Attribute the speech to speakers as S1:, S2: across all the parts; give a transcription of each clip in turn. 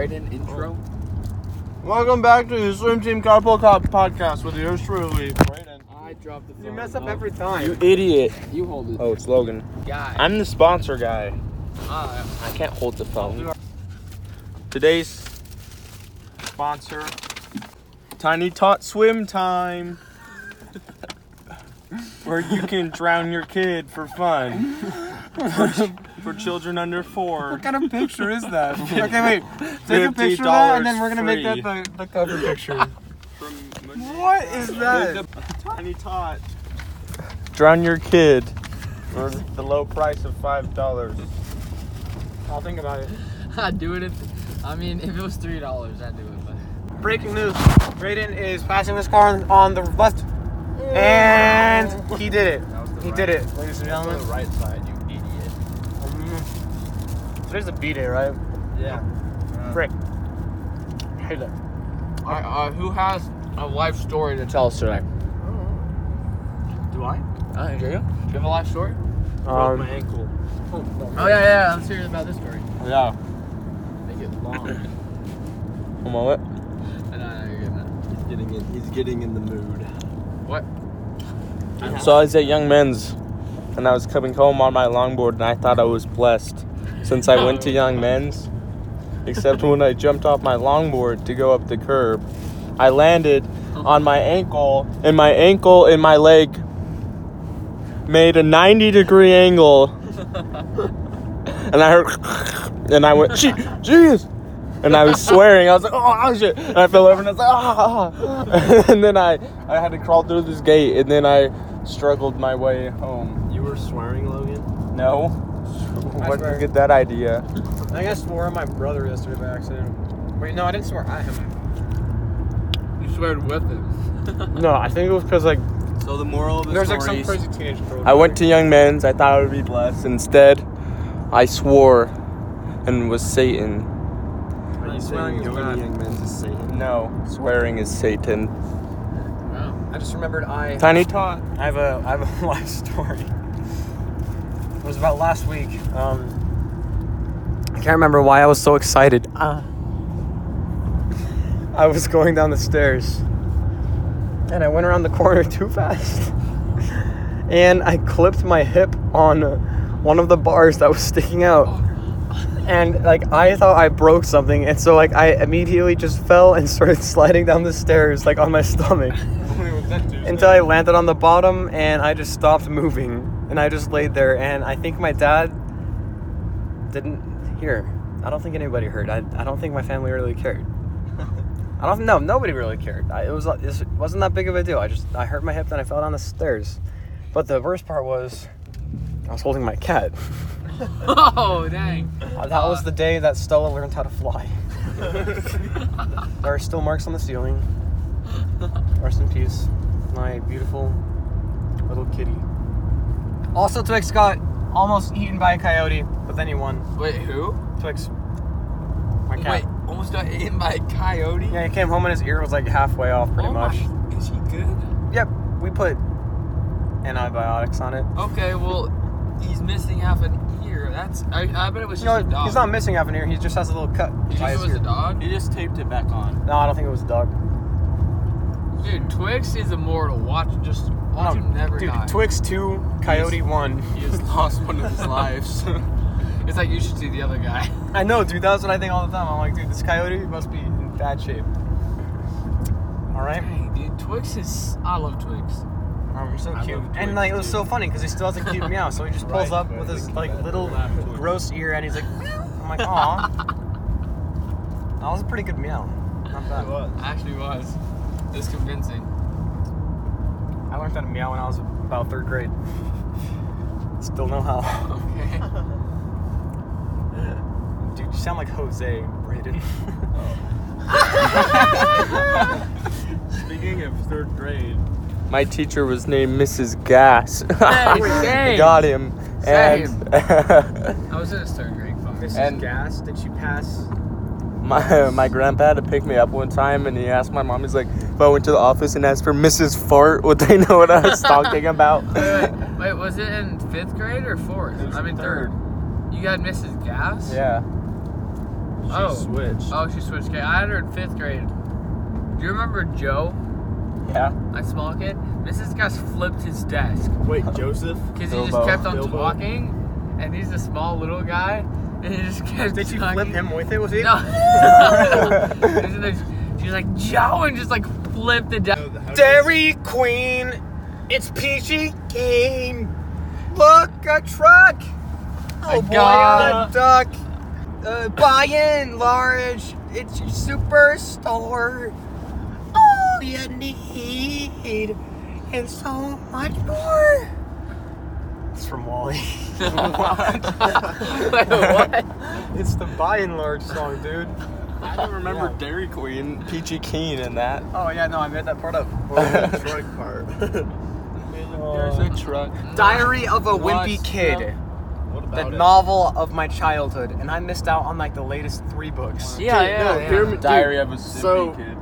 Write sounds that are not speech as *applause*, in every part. S1: Right in intro.
S2: Welcome back to the Swim Team Carpool Cop podcast with yours truly, Brayden.
S1: I dropped the phone.
S3: You mess up
S1: Oh,
S3: every time.
S2: idiot.
S1: You hold it. *laughs*
S2: Oh, it's Logan.
S1: God.
S2: I'm the sponsor guy.
S1: Ah,
S2: I can't hold the phone. Today's sponsor Tiny Tot Swim Time. *laughs* Where you can drown your kid for *laughs* fun. for children under four.
S3: What kind of picture is that?
S4: *laughs*
S3: okay, wait. Take a
S2: $50
S3: picture of that, and then we're gonna
S2: free.
S3: make that the, the cover picture.
S2: From
S3: what is that?
S2: Tiny Tot. Drown your kid for the low price of five dollars.
S3: I'll think about it.
S1: I'd do it if. I mean, if it was three dollars, I'd do it. But
S3: Breaking news: Brayden is passing this car on, on the left, and he did it. He did it, ladies and gentlemen.
S1: right side, you idiot.
S3: Mm. Today's a B day, right?
S1: Yeah.
S3: Frick. Hate that.
S1: Alright, uh, who has a life story to tell us today?
S2: Do I?
S1: I do. Uh, You have a life story?
S2: Broke
S3: Um,
S2: my ankle.
S1: Oh yeah, yeah. Let's hear about this story.
S2: Yeah.
S1: Make it *laughs* long.
S2: Come on, what?
S1: and I you're
S4: He's getting
S1: getting it.
S4: in. He's getting in the mood.
S1: What?
S2: So I was at Young Men's, and I was coming home on my longboard, and I thought I was blessed since I went to Young Men's. Except when I jumped off my longboard to go up the curb, I landed on my ankle, and my ankle and my leg made a 90 degree angle. And I heard, and I went, "Gee- jeez. And I was swearing. I was like, oh, shit. And I fell over and I was like, ah. ah." *laughs* And then I, I had to crawl through this gate, and then I struggled my way home.
S4: You were swearing, Logan.
S2: No. Where did you get that idea?
S3: I think I swore at my brother yesterday by accident. Wait, no, I didn't swear at him.
S1: You sweared with him.
S3: No, I think it was because like
S4: So the moral of the
S3: there's like
S4: story
S3: some crazy teenage girl.
S2: I went to Young Men's. I thought I would be blessed. Instead, I swore and was Satan.
S4: Are you
S3: Swearing
S4: saying
S3: is
S4: going
S3: bad.
S4: to young men's is Satan?
S2: No, swearing is Satan.
S3: *laughs*
S1: Wow.
S3: I just remembered I.
S2: Tiny Tot.
S3: I have a I have a *laughs* life story. It was about last week. Um, I can't remember why I was so excited. Ah. *laughs* I was going down the stairs, and I went around the corner too fast, *laughs* and I clipped my hip on one of the bars that was sticking out. And like I thought I broke something, and so like I immediately just fell and started *laughs* sliding down the stairs like on my stomach until I landed on the bottom and I just stopped moving and I just laid there and I think my dad didn't hear. I don't think anybody heard. I, I don't think my family really cared. I don't know. Nobody really cared. I, it was it wasn't that big of a deal. I just I hurt my hip then I fell down the stairs. But the worst part was I was holding my cat.
S1: *laughs* Oh dang.
S3: That was the day that Stella learned how to fly. there are still marks on the ceiling. *gasps* Rest in peace, my beautiful little kitty. Also, Twix got almost eaten by a coyote, but then he won.
S1: *laughs* Wait, who?
S3: Twix, my cat.
S1: Wait, almost got eaten by a coyote.
S3: Yeah, he came home and his ear was like halfway off, pretty
S1: Oh my-
S3: much.
S1: Is he good?
S3: Yep, we put antibiotics on it.
S1: Okay, well, he's missing half an ear. That's I, I bet it was
S3: No,
S1: just a dog.
S3: he's not missing half an ear. He just has a little cut.
S1: Did you think
S3: by
S1: it
S3: his
S1: was a
S3: ear.
S1: dog?
S4: You just taped it back on.
S3: No, I don't think it was a dog.
S1: Dude, Twix is immortal. Watch, just watch
S3: No,
S1: him never
S3: Dude,
S1: die.
S3: Twix two,
S1: *laughs*
S3: coyote one.
S4: He has lost one of his lives.
S3: *laughs*
S1: It's like you should see the other guy.
S3: I know, dude. That's what I think all the time. I'm like, dude, this coyote must be in bad shape. All *laughs* right,
S1: Dang, dude, Twix is. I love Twix.
S3: oh, you're so
S4: I
S3: cute.
S4: love
S3: And
S4: Twix,
S3: like, it was so
S4: dude.
S3: funny because he still has a *laughs* cute meow. So he just pulls up with his like little
S4: Laugh, Twix.
S3: gross ear, and he's like, meow. I'm like, *laughs* aw. that was a pretty good meow. Not bad.
S1: Actually, was. It's convincing.
S3: I learned how to meow when I was about third grade. Still know how. *laughs*
S1: Okay.
S3: Dude, you sound like Jose *laughs* Braden.
S4: Speaking of third grade,
S2: My teacher was named Mrs. Gas. *laughs*
S1: same.
S2: Got him.
S1: Same.
S2: And
S1: I was in a third grade class.
S2: And-
S3: Gas, did she pass?
S2: *laughs* My my grandpa had to pick me up one time, and he asked my mom. He's like, if I went to the office and asked for Mrs. Fart, would they know what I was talking about?
S1: Wait, wait, wait, was it in fifth grade or fourth?
S4: was
S1: I mean, third. You got Mrs. Gas?
S2: yeah.
S5: She
S1: Oh.
S5: switched.
S1: Oh, she switched grade. I had her in fifth grade. Do you remember Joe,
S5: yeah.
S1: my small kid? Mrs. Gus flipped his desk
S5: Wait, Joseph?
S1: because he just
S2: Bilbo.
S1: kept on
S5: Bilbo.
S1: talking, and he's a small little guy, and he just kept.
S3: Did she flip
S1: talking.
S3: him with it? Was it? *laughs*
S1: No. Isn't there- She's like Joe, and just like flipped the desk. *laughs*
S3: Dairy Queen, it's peachy keen. Look, a truck. Oh boy,
S1: got
S3: a duck. Uh, buy in large. It's your superstore. All you need and so much more. It's from *laughs* Wally.
S1: Wait, what?
S6: It's the by and large song, dude.
S2: I don't remember Dairy Queen, Peachy Keen, and that.
S3: Oh yeah, no, I made that part up.
S5: Truck part.
S2: There's a truck.
S3: Diary of a Wimpy
S2: Nice.
S3: Kid.
S2: Yeah.
S5: What
S3: the
S5: about it?
S3: novel of my childhood, and I missed out on like the latest three books.
S1: Yeah,
S7: Dude,
S1: yeah.
S7: no,
S1: yeah.
S7: hear me-
S2: Diary of a
S7: so-
S2: Sippy Kid.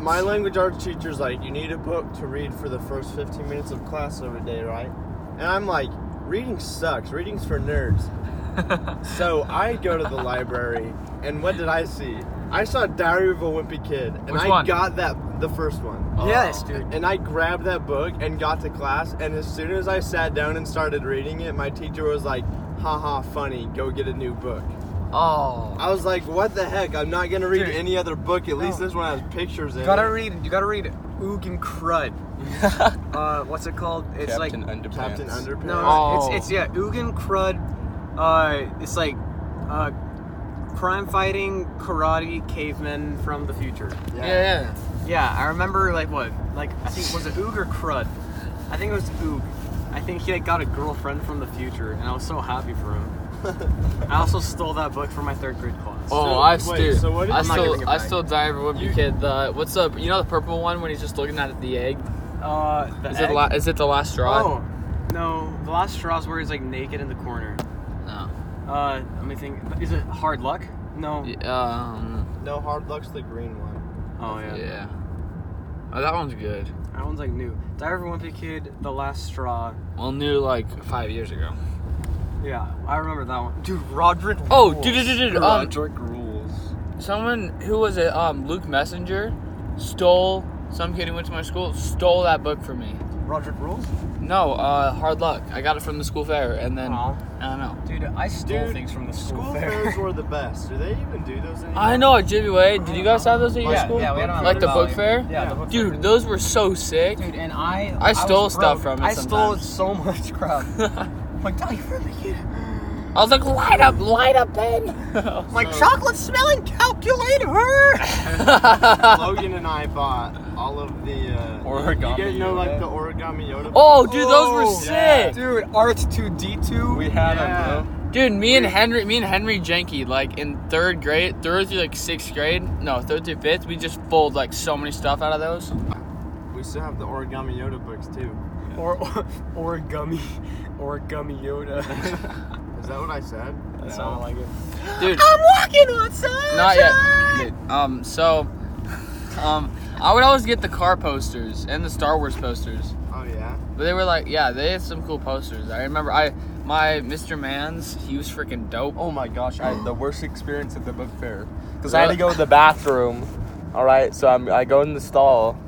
S7: My language arts teacher's like, you need a book to read for the first 15 minutes of class every day, right? And I'm like, reading sucks. Reading's
S1: *laughs*
S7: for nerds. so I go to the library, and what did I see? I saw Diary of a Wimpy Kid, and
S1: Which
S7: I
S1: one?
S7: got that the first one.
S1: Oh.
S5: Uh,
S3: Yes, dude.
S7: And I grabbed that book and got to class, and as soon as I sat down and started reading it, my teacher was like, haha, funny, go get a new book.
S1: Oh.
S7: I was like, what the heck? I'm not gonna read
S1: Dude.
S7: any other book. At least this one has pictures in
S3: You gotta
S7: it.
S3: read. You gotta read Oog and
S5: *laughs*
S3: Crud. uh, what's it called? It's
S2: Captain
S3: like
S2: Underpants.
S7: Captain Underpants.
S3: no,
S1: Oh.
S3: it's it's yeah, Oog and Crud. Uh, it's like uh, crime fighting karate cavemen from the future.
S1: Yeah, yeah.
S3: Yeah, I remember like what like I think was it Oog or Crud? I think it was Oog. I think he like got a girlfriend from the future, and I was so happy for him.
S1: *laughs*
S3: I also stole that book from my third grade class.
S1: Oh,
S7: So,
S1: I
S7: wait,
S1: still,
S7: so what did
S1: I
S7: you- I'm not
S1: still,
S3: giving it
S1: I
S3: back.
S1: still dive with you,
S7: You-
S1: kid. The what's up? You know the purple one when he's just looking at the egg.
S3: Uh, the
S1: Is
S3: egg?
S1: it la- is it the last straw?
S3: Oh, no. The last strawberry is like naked in the corner.
S1: No.
S3: Uh, let me think. Is it hard luck? No.
S1: Y- Um.
S7: No, hard luck's the green one.
S3: Oh yeah.
S1: Yeah. Oh, that one's good.
S3: That one's like new. Diary of a Wimpy Kid, The Last Straw.
S1: Well, new like five years ago.
S3: Yeah, I remember that one. Dude, Roderick.
S1: Oh,
S3: rules.
S1: dude, dude, dude, dude. Um,
S5: Roderick rules.
S1: someone who was it? Um, Luke Messenger stole some kid who went to my school stole that book from me.
S3: Roderick rules.
S1: No, uh, hard luck. I got it from the school fair, and then
S3: Aw.
S1: I don't know.
S3: Dude, I stole
S7: Dude,
S3: things from the school,
S7: School
S3: fair.
S7: fairs were the best. Do they even do those anymore?
S1: I know at JBA. Did you guys have those at your
S3: yeah,
S1: school?
S3: yeah, we had them at
S1: like the
S3: River
S1: book
S3: Valley.
S1: fair.
S3: Yeah, the book fair.
S1: Dude, those were so sick.
S3: Dude, and I.
S1: I stole
S3: was
S1: stuff
S3: broke.
S1: from it
S3: I stole
S1: sometimes.
S3: so *laughs* much
S1: *laughs*
S3: crap. I'm like, Diary of a Wimpy Kid.
S1: I was like, light up, light up, *laughs*
S3: *laughs*
S1: Ben.
S3: My chocolate smelling calculator.
S7: Logan and I bought all of the uh,
S2: Origami
S7: You guys know like
S2: Yoda.
S7: the origami Yoda.
S1: oh, *laughs* dude, those were
S3: Oh,
S1: sick.
S7: yeah.
S3: Dude, R2D2.
S2: We had
S7: Yeah.
S2: them,
S1: Dude, me and Henry, me and Henry Jenke, like in third grade, third through like sixth grade, no, third through fifth, we just pulled like so many stuff out of those.
S7: We still have the origami Yoda books
S3: *laughs*
S7: too.
S3: Or, or or gummy or gummy
S1: *laughs*
S3: Yoda.
S7: Is that what I said?
S3: That sounded like it.
S1: Dude,
S3: walking on sunshine.
S1: not yet. Dude, um, so, um, I would always get the car posters and the Star Wars posters,
S7: Oh yeah.
S1: but they were like, yeah, they had some cool posters. I remember, I my Mr. Mans, he was freaking dope.
S2: Oh my gosh, I had the worst experience at the book fair. Because I had to go to the bathroom. All right, so I'm, I go in the stall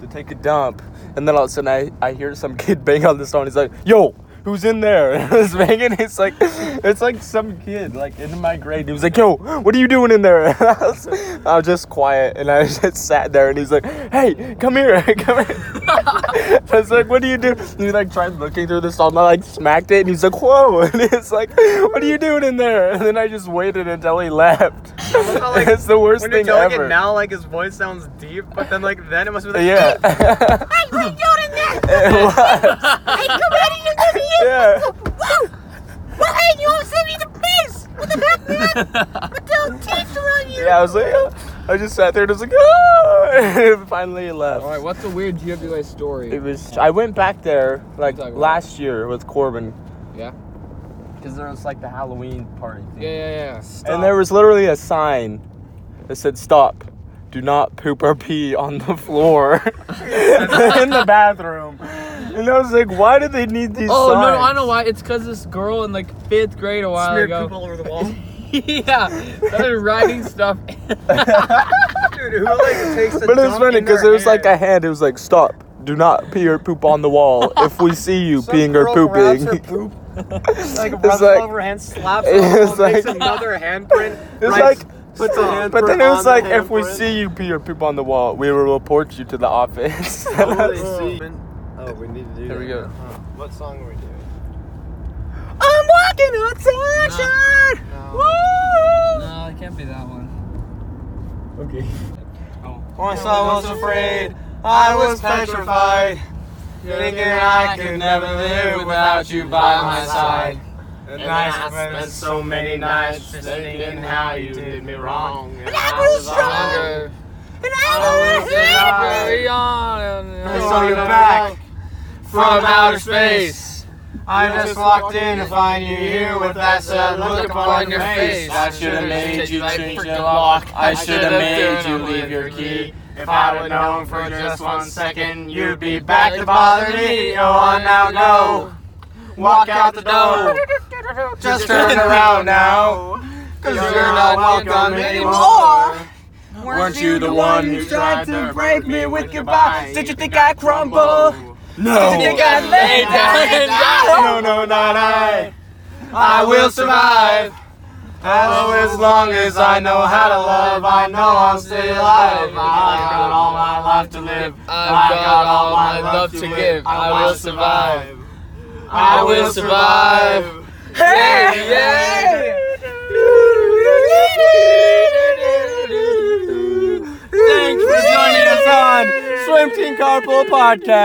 S2: to take a dump. And then all of a sudden, I, I hear some kid *laughs* bang on the stall. And he's like, yo, who's in there? *laughs* And I was banging. It's like, it's like some kid, like in my grade. He was like, yo, what are you doing in there? *laughs* And I, was, I was just quiet. And I *laughs* just sat there. And he's like, hey, come here, *laughs* come here. I was like, what do you do? And he like tried looking through the stall and I like smacked it and he's like, whoa. *laughs* And it's like, what are you doing in there? And then I just waited until he left. *laughs*
S3: like,
S2: it's the worst
S3: When you're
S2: thing
S3: telling
S2: ever.
S3: it now, like his voice sounds deep, but then like then it must be like,
S2: yeah.
S3: hey, what are you doing in
S2: *laughs*
S3: there?
S2: it was.
S3: Hey, come out of your gummy Yoda.
S2: Yeah.
S3: Whoa! Well, hey, you almost sent me the piss with the Batman with the teeth on you.
S2: Yeah, I was like, *laughs* "Ah." I just sat there and was like, *laughs* oh. And finally he left.
S1: All right, what's the weird GWA story?
S2: It was, I went back there like
S1: Talk about
S2: last year with Corbin.
S1: Yeah.
S2: Because there was like the Halloween party thing.
S1: Yeah, yeah,
S2: And there was literally a sign that said, "Stop! Do not poop or pee on the floor *laughs* in the bathroom." And I was like, "Why do they need these
S1: Oh no,
S2: signs?"
S1: no, I know why. It's because this girl in like fifth grade a while
S3: Smeared
S1: ago. *laughs*
S3: poop all over the wall.
S1: yeah, started writing stuff.
S8: Dude, who like takes a
S2: But it was
S8: dump
S2: funny
S8: in their
S2: because there was like
S8: hand?
S2: a hand. It was like, "Stop! Do not pee or poop on the wall. If we see you
S7: Some
S2: peeing or
S7: girl grabs her
S2: *laughs* *laughs* pooping,
S7: poop.
S8: like
S2: it's
S8: rubs
S2: like-
S8: all over her
S2: *laughs*
S8: hand, slaps it, makes
S2: it's like-
S8: another
S2: *laughs*
S8: handprint.
S2: it's
S8: writes-
S2: like."
S7: Puts a hand
S2: But then it was like, if we
S7: handprint.
S2: see you pee or poop on the wall, we will report you to the office. *laughs*
S7: Oh, they *laughs* see- Oh, we need to do
S2: Here
S7: that.
S2: we go.
S7: now, huh? What song are we doing?
S8: I'm walking on sunshine.
S7: No.
S1: No, it can't be that one.
S3: Okay.
S7: Once I was afraid, I was petrified, thinking I could never live without you by my side. And I spent so many nights thinking how you did me wrong. And I
S8: grew
S7: was stronger.
S8: And I
S7: was alive.
S1: Carry on.
S7: I saw you back from outer space. I just walked in to find you here with that sad look upon your face. I should have made you change your lock. I should have made you leave your key. If I would known for just one second, you'd be back to bother me. Oh, I now know. Walk out the door. Just turn around now. Cause you're not welcome anymore. Weren't you the one who tried to break me with goodbye? Did you think I crumble?
S2: no.
S8: You
S7: *laughs*
S8: got laid down.
S7: No, no, not I. I will survive. Oh, As, as long as I know how to love, I know I'll stay alive. I've got all my life to live.
S1: I've got all my love to give. I will survive.
S7: I will survive.
S8: Hey,
S1: yeah.
S2: Thanks for joining us on Swim Team Carpool Podcast.